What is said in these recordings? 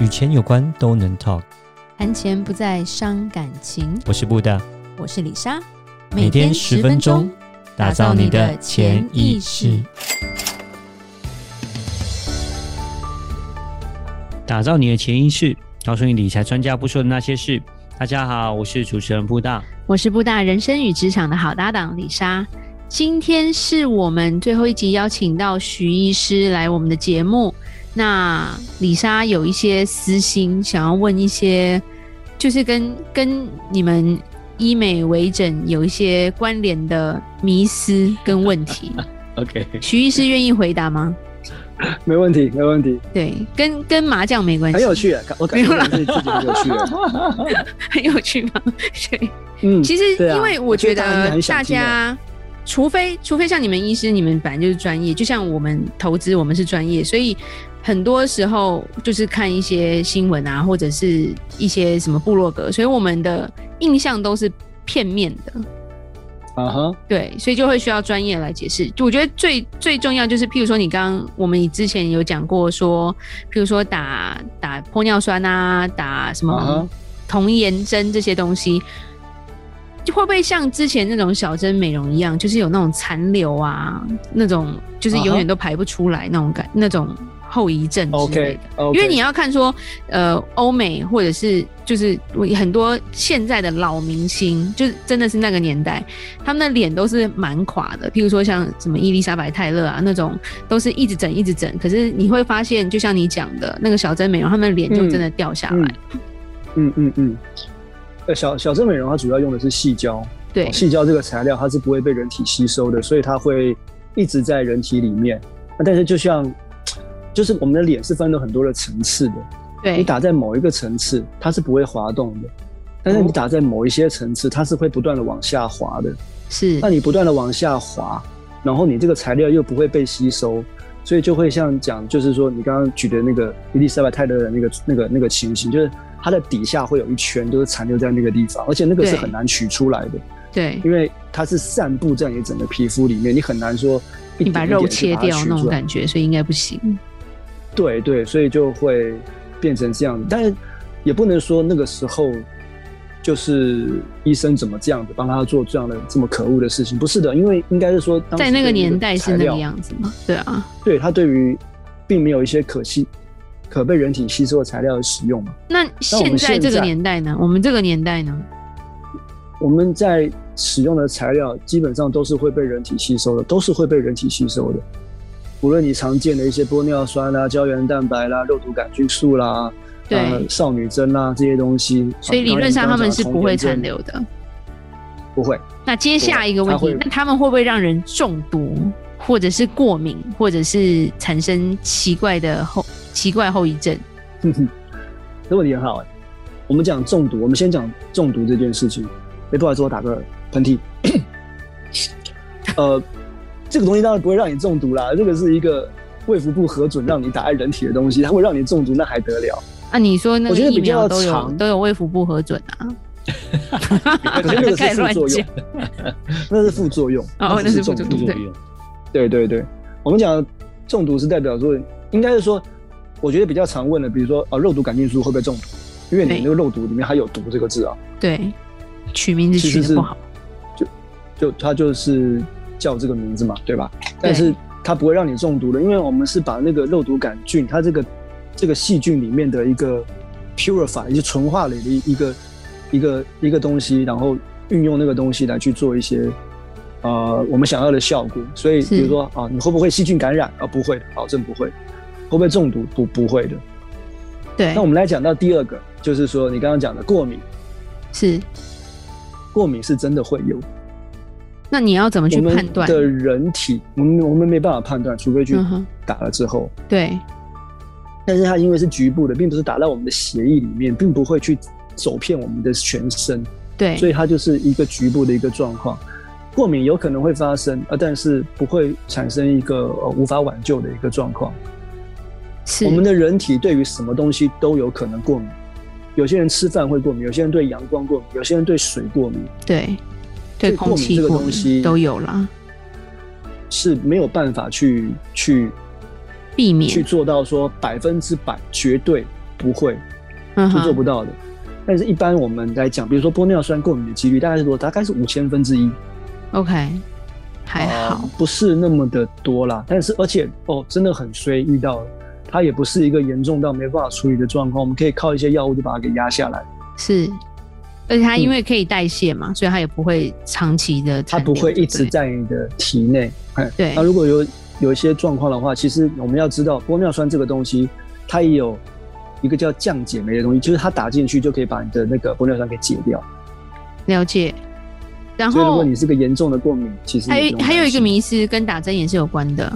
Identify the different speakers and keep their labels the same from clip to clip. Speaker 1: 与钱有关都能 talk。
Speaker 2: 谈钱不再伤感情。
Speaker 1: 我是布大，
Speaker 2: 我是李莎，
Speaker 1: 每天十分钟，打造你的潜意识，打造你的潜意识，告诉你理财专家不说的那些事。大家好，我是主持人布大。
Speaker 2: 我是布大人生与职场的好搭档李莎。今天是我们最后一集，邀请到徐医师来我们的节目。那李莎有一些私心，想要问一些，就是跟跟你们医美微整有一些关联的迷思跟问 题。
Speaker 3: OK，
Speaker 2: 徐医师愿意回答吗？
Speaker 3: 没问题，没问题，
Speaker 2: 对，跟跟麻将没关系，
Speaker 3: 很有趣耶，感我感觉我自己自己很有趣耶。
Speaker 2: 很有趣吗？ 对，
Speaker 3: 嗯，
Speaker 2: 其实
Speaker 3: 对啊
Speaker 2: 因为我
Speaker 3: 我
Speaker 2: 觉
Speaker 3: 觉得大家应该
Speaker 2: 得
Speaker 3: 很
Speaker 2: 大
Speaker 3: 想听
Speaker 2: 家，除非除非像你们医师，你们本来就是专业，就像我们投资，我们是专业，所以很多时候就是看一些新闻啊，或者是一些什么部落格，所以我们的印象都是片面的。
Speaker 3: 啊哈，
Speaker 2: 对，所以就会需要专业来解释。就我觉得最最重要就是，譬如说你刚刚我们之前有讲过说，譬如说打打玻尿酸啊，打什
Speaker 3: 啊
Speaker 2: 么
Speaker 3: 哈
Speaker 2: 童颜针这些东西，就会不会像之前那种小针美容一样，就是有那种残留啊，那种就是永
Speaker 3: 啊
Speaker 2: 远
Speaker 3: 哈
Speaker 2: 都排不出来那种感，那种后遗症之类的。
Speaker 3: OK，
Speaker 2: 因为你要看说，呃，欧美或者是就是我很多现在的老明星，就是真的是那个年代，他们的脸都是蛮垮的。譬如说像什么伊丽莎白泰勒啊那种，都是一直整一直整。可是你会发现，就像你讲的那个小真美容，他们的脸就真的掉下来。
Speaker 3: 嗯嗯嗯，呃，小小郑美容它主要用的是细胶，
Speaker 2: 对
Speaker 3: 细胶这个材料它是不会被人体吸收的，所以它会一直在人体里面。那但是就像，就是我们的脸是分了很多的层次的，你
Speaker 2: 对
Speaker 3: 打在某一个层次，它是不会滑动的。但是你
Speaker 2: 哦
Speaker 3: 打在某一些层次，它是会不断的往下滑的。
Speaker 2: 是
Speaker 3: 那你不断的往下滑，然后你这个材料又不会被吸收，所以就会像讲，就是说你刚刚举的那个伊丽莎白泰勒的那个那个那个情形，就是它的底下会有一圈，就是残留在那个地方，而且那个是
Speaker 2: 对
Speaker 3: 很难取出来的，
Speaker 2: 对，
Speaker 3: 因为它是散布在你整个皮肤里面，你很难说一
Speaker 2: 你把
Speaker 3: 点一
Speaker 2: 肉
Speaker 3: 点去
Speaker 2: 切
Speaker 3: 把它
Speaker 2: 掉
Speaker 3: 取
Speaker 2: 那
Speaker 3: 出
Speaker 2: 种
Speaker 3: 来嗯
Speaker 2: 感觉，所以应该不行。
Speaker 3: 对对，所以就会变成这样。但是也不能说那个时候就是医生怎么这样子帮他做这样的这么可恶的事情，不是的，因为应该是说当时
Speaker 2: 在那个
Speaker 3: 对于
Speaker 2: 年代是
Speaker 3: 材
Speaker 2: 那
Speaker 3: 料
Speaker 2: 个样子吗？对啊。
Speaker 3: 对他对于并没有一些可吸可被人体吸收的材料的使用嘛。
Speaker 2: 那现在
Speaker 3: 现
Speaker 2: 这个
Speaker 3: 在
Speaker 2: 年代呢？我们这个年代呢？
Speaker 3: 我们在使用的材料基本上都是会被人体吸收的，都是会被人体吸收的。无论你常见的一些玻尿酸啦、胶原蛋白啦、肉毒杆菌素啦、
Speaker 2: 对，
Speaker 3: 呃、少女针啦这些东西，
Speaker 2: 所以理论上他们是不会残，留的。
Speaker 3: 不会。
Speaker 2: 那接下一个问
Speaker 3: 对
Speaker 2: 题
Speaker 3: 它会，
Speaker 2: 那他们会不会让人中毒，或者是过敏，或者是产生奇怪的后奇怪后遗症？
Speaker 3: 这问题很好哎、我们讲中毒，我们先讲中毒这件事情。哎，不好意思，我打个喷嚏。呃，这个东西当然不会让你中毒啦，这个是一个卫福部核准让你打在人体的东西，它会让你中毒，那还得了？
Speaker 2: 啊，你说那
Speaker 3: 我
Speaker 2: 个
Speaker 3: 觉得
Speaker 2: 疫
Speaker 3: 比
Speaker 2: 苗
Speaker 3: 较
Speaker 2: 都有
Speaker 3: 长
Speaker 2: 都有卫福部核准 啊？
Speaker 3: 可是那个
Speaker 2: 开始
Speaker 3: 是副
Speaker 2: 乱
Speaker 3: 作
Speaker 2: 讲
Speaker 3: 用， 那是副作用，
Speaker 2: 哦
Speaker 3: 只
Speaker 2: 那是副
Speaker 3: 中
Speaker 2: 作
Speaker 3: 毒
Speaker 2: 用。对
Speaker 3: 对对对，我们讲的中毒是代表说，应该是说，我觉得比较常问的，比如说啊，肉毒杆菌素会不会中毒？因为
Speaker 2: 对
Speaker 3: 你那个肉毒里面它有“毒”这个字啊，
Speaker 2: 对，取名字
Speaker 3: 其
Speaker 2: 取
Speaker 3: 实
Speaker 2: 的
Speaker 3: 是
Speaker 2: 不好。
Speaker 3: 就它就是叫这个名字嘛，对吧？但是它不会让你中毒的，因为我们是把那个肉毒杆菌，它这个这个细菌里面的一个 purify，也就纯化了一一个一个一个东西，然后运用那个东西来去做一些呃我们想要的效果。所以
Speaker 2: 是
Speaker 3: 比如说啊，你会不会细菌感染啊？不会的，保证不会。会不会中毒？不，不会的。
Speaker 2: 对
Speaker 3: 那，我们来讲到第二个，就是说你刚刚讲的过敏，
Speaker 2: 是。
Speaker 3: 过敏是真的会有。
Speaker 2: 那你要怎么去
Speaker 3: 我们
Speaker 2: 判断？
Speaker 3: 的人体，我们我们没办法判断，除非去
Speaker 2: 嗯哼
Speaker 3: 打了之后。
Speaker 2: 对，
Speaker 3: 但是它因为是局部的，并不是打到我们的血液里面，并不会去走遍我们的全身，
Speaker 2: 对，
Speaker 3: 所以它就是一个局部的一个状况。过敏有可能会发生，呃，但是不会产生一个呃无法挽救的一个状况。
Speaker 2: 是
Speaker 3: 我们的人体对于什么东西都有可能过敏，有些人吃饭会过敏，有些人对阳光过敏，有些人对水过敏，
Speaker 2: 对对
Speaker 3: 所以过
Speaker 2: 空
Speaker 3: 敏
Speaker 2: 气
Speaker 3: 这个
Speaker 2: 过
Speaker 3: 东
Speaker 2: 敏
Speaker 3: 西
Speaker 2: 都有啦，
Speaker 3: 是没有办法去去
Speaker 2: 避
Speaker 3: 去
Speaker 2: 免
Speaker 3: 做到说百分之百绝对不会，
Speaker 2: 嗯
Speaker 3: 是做
Speaker 2: 哼，
Speaker 3: 不到的。但是，一般我们来讲，比如说玻尿酸过敏的几率大概是多少？大概是五千分之一，
Speaker 2: ，OK，还好
Speaker 3: 呃，不是那么的多啦。但是，而且哦，真的很衰，遇到了它也不是一个严重到没办法处理的状况，我们可以靠一些药物就把它给压下来。
Speaker 2: 是，而且它因
Speaker 3: 嗯
Speaker 2: 为可以代谢嘛，所以它也不会长期的，
Speaker 3: 它不会一直，在呃你的体内。嘿
Speaker 2: 对
Speaker 3: 那如果有有一些状况的话，其实我们要知道玻尿酸这个东西，它也有一个叫降解酶的东西，就是它打进去就可以把你的那个玻尿酸给解掉。
Speaker 2: 了解。然
Speaker 3: 所以如果
Speaker 2: 后
Speaker 3: 你是个严重的过敏，其实
Speaker 2: 还
Speaker 3: 也不
Speaker 2: 有
Speaker 3: 用
Speaker 2: 还有一个
Speaker 3: 担心，
Speaker 2: 迷思跟打针也是有关的，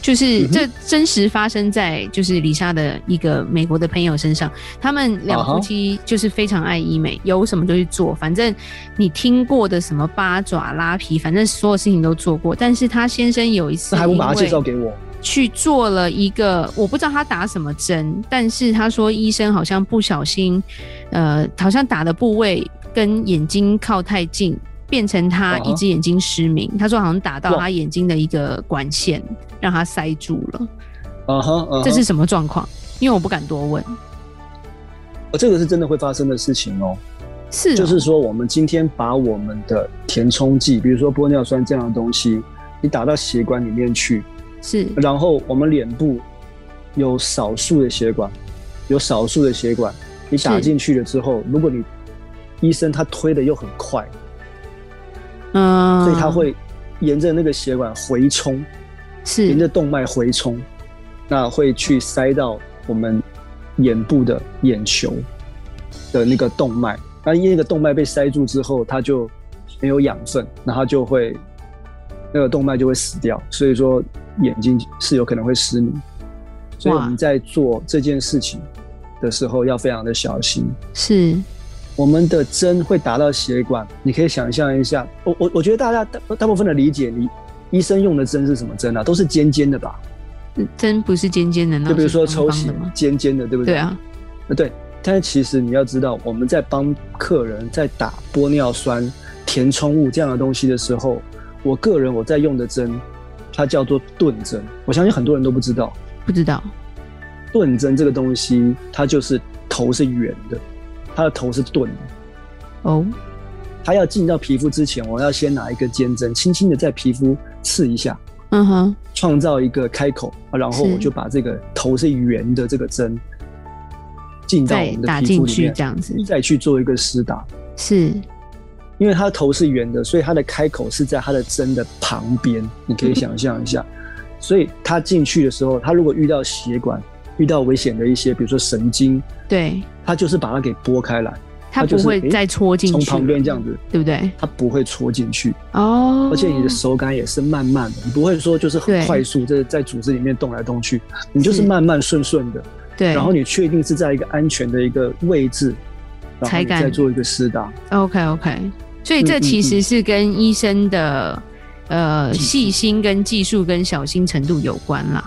Speaker 2: 就是
Speaker 3: 嗯哼
Speaker 2: 这真实发生在就是李莎的一个美国的朋友身上，他们两
Speaker 3: 啊哈
Speaker 2: 夫妻就是非常爱医美，有什么就去做，反正你听过的什么八爪拉皮，反正所有事情都做过。但是她先生有一次
Speaker 3: 那还不把它
Speaker 2: 因为
Speaker 3: 介绍给我？
Speaker 2: 去做了一个，我不知道他打什么针，但是他说医生好像不小心，呃，好像打的部位跟眼睛靠太近，变成他
Speaker 3: 啊哈
Speaker 2: 一只眼睛失明。他说好像打到
Speaker 3: 哇
Speaker 2: 他眼睛的一个管线，让他塞住了。
Speaker 3: 啊哈，啊哈
Speaker 2: 这是什么状况？因为我不敢多问。
Speaker 3: 哦这个是真的会发生的事情哦。
Speaker 2: 是哦、
Speaker 3: 就是说，我们今天把我们的填充剂，比如说玻尿酸这样的东西，你打到血管里面去，
Speaker 2: 是
Speaker 3: 然后我们脸部有少数的血管，有少数的血管，你打
Speaker 2: 是
Speaker 3: 进去了之后，如果你医生他推的又很快，
Speaker 2: 嗯，
Speaker 3: 所以他会沿着那个血管回冲，沿
Speaker 2: 是
Speaker 3: 着动脉回冲，那会去塞到我们眼部的眼球的那个动脉。那因为那个动脉被塞住之后，它就没有养分，那它就会那个动脉就会死掉，所以说眼睛是有可能会失明。所以我
Speaker 2: 哇
Speaker 3: 们在做这件事情的时候要非常的小心。
Speaker 2: 是
Speaker 3: 我们的针会打到血管，你可以想象一下，我我我觉得大家大大部分的理解，你医生用的针是什么针啊？都是尖尖的吧？
Speaker 2: 针不是尖尖的，那
Speaker 3: 就比如说
Speaker 2: 是方
Speaker 3: 抽
Speaker 2: 方
Speaker 3: 血
Speaker 2: 的吗？
Speaker 3: 尖尖的，对不对？
Speaker 2: 对啊，
Speaker 3: 呃，对。但是其实你要知道，我们在帮客人在打玻尿酸填充物这样的东西的时候，我个人我在用的针，它叫做钝针。我相信很多人都不知道，
Speaker 2: 不知道
Speaker 3: 钝针这个东西，它就是头是圆的，它的头是钝的。
Speaker 2: 哦，
Speaker 3: 它要进到皮肤之前，我要先拿一个尖针，轻轻的在皮肤刺一下，
Speaker 2: 嗯哼，
Speaker 3: 创造一个开口，啊然后
Speaker 2: 是
Speaker 3: 我就把这个头是圆的这个针进到我
Speaker 2: 再
Speaker 3: 们
Speaker 2: 打
Speaker 3: 的皮
Speaker 2: 进
Speaker 3: 肤里
Speaker 2: 去
Speaker 3: 面
Speaker 2: 这，样子
Speaker 3: 再去做一个施打。
Speaker 2: 是。
Speaker 3: 因为它的头是圆的，所以它的开口是在它的针的旁边，你可以想象一下。
Speaker 2: 嗯
Speaker 3: 所以它进去的时候，它如果遇到血管、遇到危险的一些，比如说神经，
Speaker 2: 对，
Speaker 3: 它就是把它给拨开来，
Speaker 2: 它
Speaker 3: 它
Speaker 2: 不
Speaker 3: 就是
Speaker 2: 会
Speaker 3: 诶
Speaker 2: 再戳进去，
Speaker 3: 从旁边这样，子，
Speaker 2: 对不对？
Speaker 3: 它不会戳进去。
Speaker 2: 哦，
Speaker 3: 而且你的手感也是慢慢的，你不会说就是
Speaker 2: 对
Speaker 3: 很快速在在组织里面动来动去，你就是
Speaker 2: 是
Speaker 3: 慢慢顺顺的，
Speaker 2: 对，
Speaker 3: 然后你确定是在一个安全的一个位置，然后
Speaker 2: 才
Speaker 3: 你
Speaker 2: 敢
Speaker 3: 再做一个施打。
Speaker 2: OK OK，所以这
Speaker 3: 嗯嗯
Speaker 2: 其实是跟医生的呃
Speaker 3: 技术
Speaker 2: 细心跟技术跟小心程度有关啦。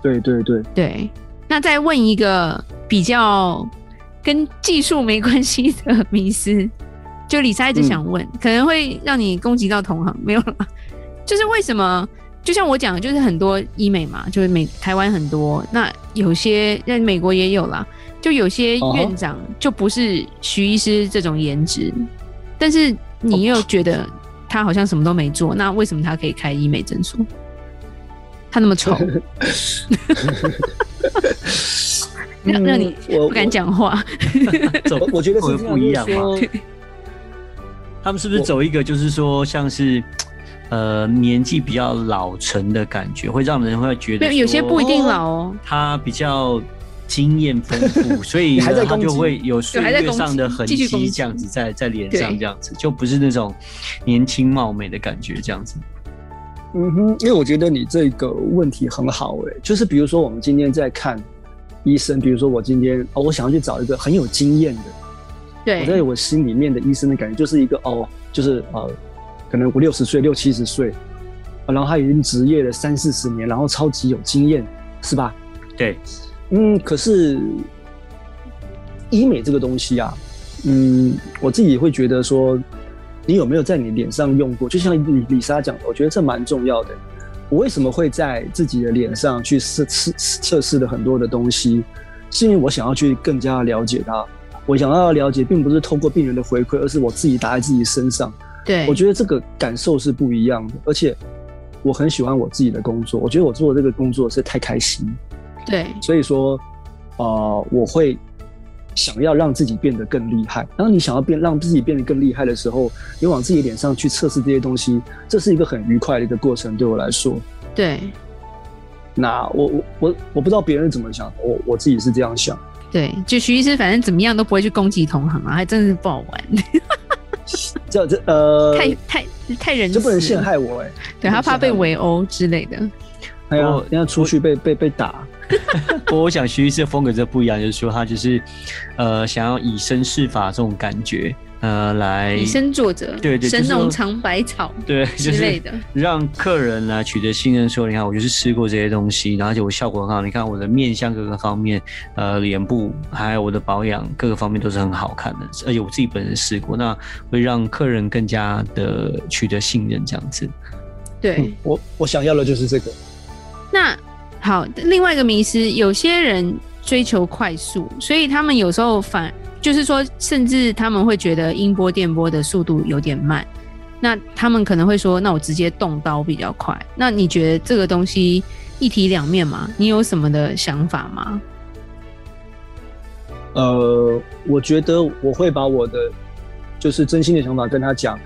Speaker 3: 对对对，
Speaker 2: 对，那再问一个比较跟技术没关系的迷思，就李莎一直想问，可能会让你攻击到同行，没有啦， 就是为什么？就像我讲，就是很多医美嘛，就是美台湾很多，那有些那美国也有啦，就有些
Speaker 3: 哦
Speaker 2: 院长就不是徐医师这种颜值，但是你又觉得他好像什么都没做，那为什么他可以开医美诊所？他那么丑， 让让你
Speaker 3: 嗯我
Speaker 2: 不敢
Speaker 3: 我
Speaker 2: 讲话。
Speaker 1: 走
Speaker 3: 我我觉得是这样
Speaker 1: 不一样
Speaker 3: 就是
Speaker 1: 吗？
Speaker 3: 说
Speaker 1: 他们是不是
Speaker 3: 我
Speaker 1: 走一个就是说像是呃年纪比较老成的感觉，会让人会觉
Speaker 2: 没
Speaker 1: 得
Speaker 2: 有，有些
Speaker 1: 说
Speaker 2: 不一定老哦。
Speaker 1: 他比较经验丰 富，所以呢
Speaker 3: 你还在
Speaker 1: 他
Speaker 3: 攻击
Speaker 1: 就会有岁
Speaker 2: 对还在
Speaker 1: 月
Speaker 2: 攻击
Speaker 1: 上的痕
Speaker 2: 继续攻
Speaker 1: 迹，
Speaker 2: 击
Speaker 1: 这样子在在脸
Speaker 2: 对
Speaker 1: 上这样子，就不是那种年轻貌美的感觉，这样子。
Speaker 3: 嗯哼，因为我觉得你这个问题很好诶、就是比如说我们今天在看医生，比如说我今天哦，我想要去找一个很有经验的，我在
Speaker 2: 对，
Speaker 3: 我心里面的医生的感觉就是一个哦，就是呃，可能五六十岁、六七十岁，啊然后他已经职业了三四十年，然后超级有经验，是吧？
Speaker 1: 对，
Speaker 3: 嗯，可是医美这个东西啊，嗯，我自己会觉得说，你有没有在你脸上用过？就像李李莎讲的，我觉得这蛮重要的。我为什么会在自己的脸上去试试试测试的很多的东西？是因为我想要去更加了解它。我想要了解，并不是透过病人的回馈，而是我自己打在自己身上。
Speaker 2: 对，
Speaker 3: 我觉得这个感受是不一样的，而且我很喜欢我自己的工作，我觉得我做这个工作是太开心，
Speaker 2: 对，
Speaker 3: 所以说，呃，我会想要让自己变得更厉害。当你想要变让自己变得更厉害的时候，你往自己脸上去测试这些东西，这是一个很愉快的一个过程，对我来说。
Speaker 2: 对，
Speaker 3: 那我我我我不知道别人是怎么想，我我自己是这样想。
Speaker 2: 对，就徐医师，反正怎么样都不会去攻击同行啊，还真是不好玩，
Speaker 3: 这这呃，
Speaker 2: 太太太仁
Speaker 3: 这不能
Speaker 2: 慈
Speaker 3: 陷
Speaker 2: 了
Speaker 3: 害我哎、
Speaker 2: 对他怕被围殴之类的。
Speaker 3: 哎呀
Speaker 1: 我，
Speaker 3: 人家出去被被被打，
Speaker 1: 我我想徐医师的风格就不一样，就是说他就是，呃，想要以身试法这种感觉，呃，
Speaker 3: 哎
Speaker 1: 来
Speaker 2: 以身作则，
Speaker 1: 对对，
Speaker 2: 神
Speaker 1: 就是
Speaker 2: 农
Speaker 1: 说
Speaker 2: 尝百草
Speaker 1: 对
Speaker 2: 之类，
Speaker 1: 就
Speaker 2: 的
Speaker 1: 是。让客人来取得信任，说你看我就是吃过这些东西，然后而且我效果很好，你看我的面相各个方面，呃，脸部还有我的保养各个方面都是很好看的，而且我自己本人试过，那会让客人更加的取得信任这样子。
Speaker 2: 对，
Speaker 3: 哎我我想要的就是这个。
Speaker 2: 那好，另外一个迷失，有些人追求快速，所以他们有时候反就是说，甚至他们会觉得音波、电波的速度有点慢。那他们可能会说，那我直接动刀比较快。那你觉得这个东西一体两面吗？你有什么的想法吗？
Speaker 3: 呃，我觉得我会把我的就是真心的想法跟他讲，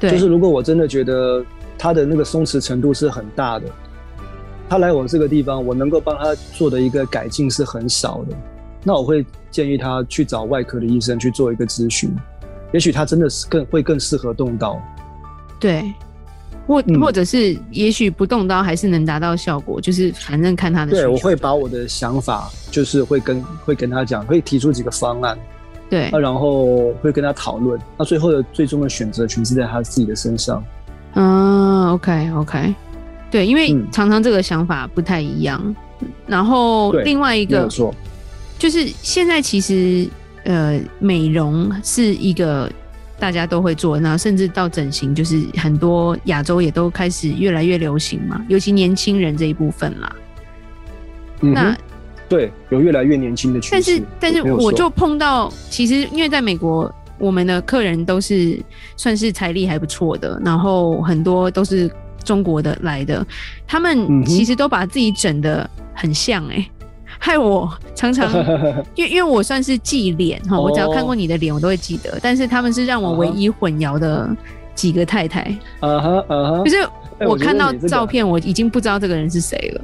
Speaker 2: 对，
Speaker 3: 就是如果我真的觉得他的那个松弛程度是很大的，他来我这个地方，我能够帮他做的一个改进是很少的，那我会建议他去找外科的医生去做一个咨询，也许他真的是更会更适合动刀。
Speaker 2: 对，或、
Speaker 3: 嗯
Speaker 2: 或者是也许不动刀还是能达到效果，就是反正看他的需
Speaker 3: 对，
Speaker 2: 求。
Speaker 3: 我会把我的想法就是会跟会跟他讲，会提出几个方案，
Speaker 2: 嗯对
Speaker 3: 那、，然后会跟他讨论，那最后的最终的选择权是在他自己的身上。
Speaker 2: 嗯，OK OK，对，因为
Speaker 3: 嗯
Speaker 2: 常常这个想法不太一样。然后
Speaker 3: 对
Speaker 2: 另外一
Speaker 3: 没
Speaker 2: 个
Speaker 3: 有错，
Speaker 2: 就是现在其实呃，美容是一个大家都会做，然后甚至到整形，就是很多亚洲也都开始越来越流行嘛，尤其年轻人这一部分啦。
Speaker 3: 嗯
Speaker 2: 那
Speaker 3: 哼，对，有越来越年轻的趋势。
Speaker 2: 但是，但是
Speaker 3: 没有
Speaker 2: 我
Speaker 3: 错
Speaker 2: 就碰到，其实因为在美国，我们的客人都是算是财力还不错的，然后很多都是中国的来的，他
Speaker 3: 嗯
Speaker 2: 们
Speaker 3: 哼
Speaker 2: 其实都把自己整的很像哎、 害我常 常因为因为我算是记脸哈，
Speaker 3: 哦
Speaker 2: 我只要看过你的脸，我都会记得。但是他们是让我唯一混淆的几个太太，
Speaker 3: 啊哈啊哈，
Speaker 2: 就是
Speaker 3: 哎
Speaker 2: 我
Speaker 3: 我觉得
Speaker 2: 看到
Speaker 3: 你这个
Speaker 2: 照片，我已经不知道这个人是谁了。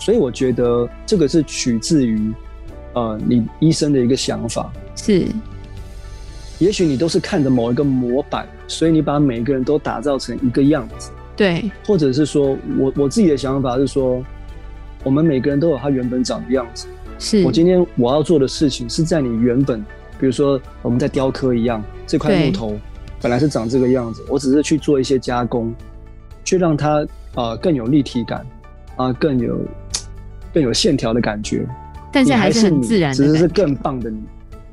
Speaker 3: 所以我觉得这个是取自于呃你医生的一个想法。
Speaker 2: 是，
Speaker 3: 也许你都是看着某一个模板，所以你把每个人都打造成一个样子，
Speaker 2: 对
Speaker 3: 或者是说我我自己的想法是说，我们每个人都有他原本长的样子。
Speaker 2: 是，
Speaker 3: 我今天我要做的事情是在你原本，比如说我们在雕刻一样，这块木头本来是长这个样子，我只是去做一些加工，去让它啊、呃更有立体感，啊、更有更有线条的感觉。
Speaker 2: 但是
Speaker 3: 你还
Speaker 2: 还是很
Speaker 3: 你
Speaker 2: 自然的
Speaker 3: 只是
Speaker 2: 感
Speaker 3: 是
Speaker 2: 觉，
Speaker 3: 更棒的你，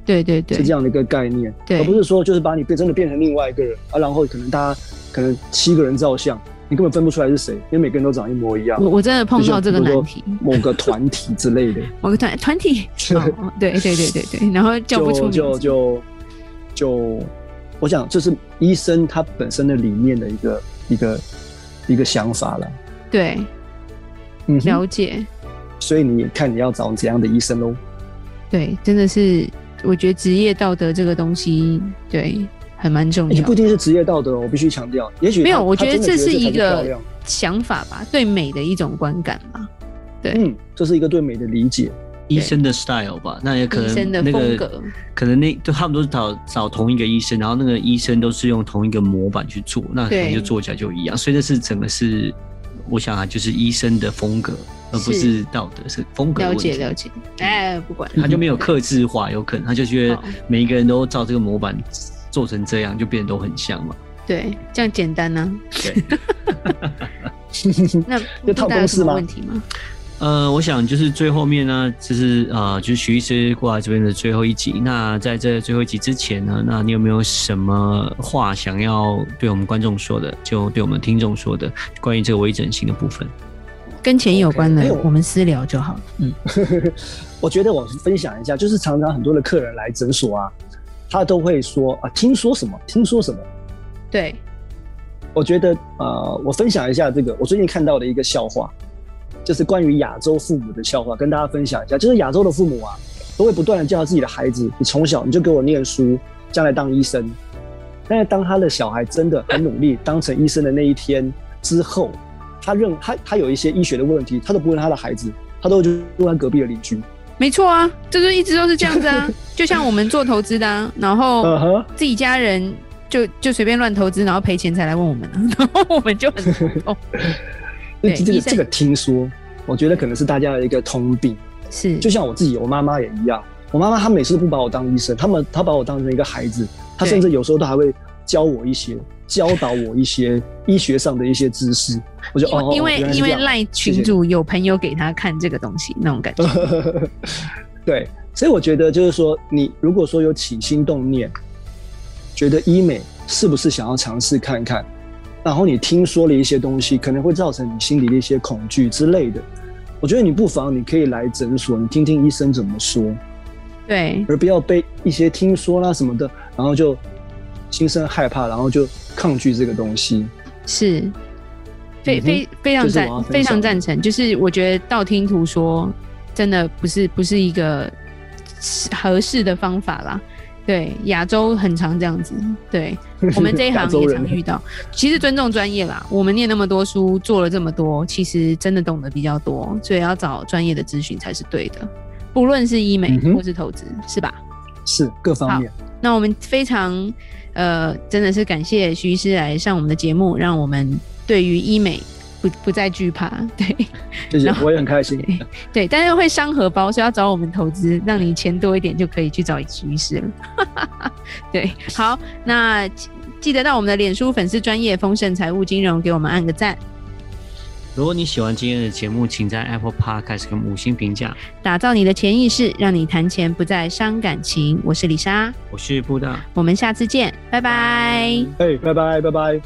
Speaker 2: 对对对
Speaker 3: 是，这样的一个概念，
Speaker 2: 对
Speaker 3: 而不是说就是把你变真的变成另外一个人啊，然后可能大家可能七个人照相，你根本分不出来是谁，因为每个人都长一模一样
Speaker 2: 我，我真的碰到这个
Speaker 3: 就像
Speaker 2: 难
Speaker 3: 比
Speaker 2: 题，
Speaker 3: 某个团体之类 的。
Speaker 2: 某个团团 体，
Speaker 3: 是
Speaker 2: 哦对对对对对，然后叫
Speaker 3: 就
Speaker 2: 不出名
Speaker 3: 就
Speaker 2: 字，
Speaker 3: 就就，我想这是医生他本身的理念的一个一个一个想法了。
Speaker 2: 对，
Speaker 3: 嗯哼，
Speaker 2: 了解，
Speaker 3: 所以你看你要找怎样的医生喽？
Speaker 2: 对，真的是，我觉得职业道德这个东西，对，还蛮重
Speaker 3: 也
Speaker 2: 要
Speaker 3: 哎不一。定是职业道德，我必须强调。也许他
Speaker 2: 没有，我
Speaker 3: 他
Speaker 2: 觉得
Speaker 3: 真
Speaker 2: 这
Speaker 3: 的这
Speaker 2: 是一
Speaker 3: 才漂
Speaker 2: 个
Speaker 3: 亮
Speaker 2: 想法吧，对美的一种观感吧。
Speaker 3: 嗯，这是一个对美的理解。
Speaker 1: 医生的 style 吧，那也可
Speaker 2: 医生的
Speaker 1: 能那个
Speaker 2: 风格
Speaker 1: 可能那就他们都是找找同一个医生，然后那个医生都是用同一个模板去做，那可能
Speaker 2: 对
Speaker 1: 就做起来就一样，所以这是整个是我想啊，就是医生的风格，而不是道德是风格的
Speaker 2: 了
Speaker 1: 问题。
Speaker 2: 解了解，哎，不
Speaker 3: 嗯
Speaker 2: 管
Speaker 1: 他就没有克制化，有可能他就觉得
Speaker 2: 好
Speaker 1: 每一个人都照这个模板做成这样，就变得都很像嘛。
Speaker 2: 对，这样简单呢。
Speaker 1: 对，
Speaker 2: 那
Speaker 3: 就
Speaker 2: 大
Speaker 3: 套
Speaker 2: 家有什
Speaker 3: 公式
Speaker 2: 么
Speaker 3: 吗
Speaker 2: 问题吗？
Speaker 1: 呃，我想就是最后面呢，就是呃，就是徐医师过来这边的最后一集。那在这最后一集之前呢，那你有没有什么话想要对我们观众说的，就对我们听众说的，关于这个微整形的部分？
Speaker 2: 跟钱有关
Speaker 3: OK，哎
Speaker 2: 的
Speaker 3: 呦，
Speaker 2: 我们私聊就好了。嗯，
Speaker 3: 我觉得我分享一下，就是常常很多的客人来诊所啊，他都会说啊，听说什么，听说什么。
Speaker 2: 对，
Speaker 3: 我觉得呃，我分享一下这个我最近看到的一个笑话，就是关于亚洲父母的笑话，跟大家分享一下。就是亚洲的父母啊，都会不断的叫他自己的孩子，你从小你就给我念书，将来当医生。但是当他的小孩真的很努力当成医生的那一天之后，他认他他有一些医学的问题，他都不问他的孩子，他都去问他隔壁的邻居。
Speaker 2: 没错啊，这就一直都是这样子 啊。就像我们做投资的、啊，然
Speaker 3: 嗯
Speaker 2: 后
Speaker 3: 哼。
Speaker 2: 自己家人就就随便乱投资，然后赔钱才来问我们、啊， 然后我们就 很头痛。
Speaker 3: 这
Speaker 2: 对
Speaker 3: 这
Speaker 2: 医
Speaker 3: 个
Speaker 2: 生
Speaker 3: 这个听说，我觉得可能是大家的一个通病。
Speaker 2: 是，
Speaker 3: 就像我自己，我妈妈也一样。我妈妈她每次都不把我当医生，她们她把我当成一个孩子，她
Speaker 2: 对
Speaker 3: 甚至有时候都还会教我一些、教导我一些医学上的一些知识。我就
Speaker 2: 因为、
Speaker 3: 哦，
Speaker 2: 因为
Speaker 3: 原来是
Speaker 2: 因
Speaker 3: 这
Speaker 2: 为
Speaker 3: 样
Speaker 2: 赖群主有朋友给他看这个东西，那种感觉。
Speaker 3: 嗯 对，所以我觉得就是说，你如果说有起心动念，觉得医美是不是想要尝试看看，然后你听说了一些东西，可能会造成你心里的一些恐惧之类的，我觉得你不妨你可以来诊所，你听听医生怎么说，
Speaker 2: 对，
Speaker 3: 而不要被一些听说啦什么的，然后就心生害怕，然后就抗拒这个东西。
Speaker 2: 是，非
Speaker 3: 嗯哼
Speaker 2: 非非常
Speaker 3: 这是
Speaker 2: 赞
Speaker 3: 我要，分
Speaker 2: 非常
Speaker 3: 享的
Speaker 2: 赞成。就是我觉得道听途说真的不是不是一个合适的方法啦。对，亚洲很常这样子，对 我们这一行
Speaker 3: 亚洲
Speaker 2: 也
Speaker 3: 人
Speaker 2: 常遇到。其实尊重专业啦，我们念那么多书，做了这么多，其实真的懂得比较多，所以要找专业的咨询才是对的，不论是医美
Speaker 3: 嗯哼
Speaker 2: 或是投资，是吧？
Speaker 3: 是各方面，
Speaker 2: 那我们非常呃，真的是感谢徐医师来上我们的节目，让我们对于医美不不再惧怕，对
Speaker 3: 谢谢
Speaker 2: 然，后
Speaker 3: 我也很 开心。
Speaker 2: 对，但是会伤荷包，所以要找我们投资，让你钱多一点就可以去找徐医师了。 对，好，那记记得到我们的脸书粉丝专业丰盛财务金融给我们按个赞，
Speaker 1: 如果你喜欢今天的节目，请在 Apple Podcast 给我们五星评价。
Speaker 2: 打造你的潜意识，让你谈钱不再伤感情。我是李莎，
Speaker 1: 我是布大。
Speaker 2: 我们下次见，拜拜。
Speaker 3: 哎，拜拜，拜拜。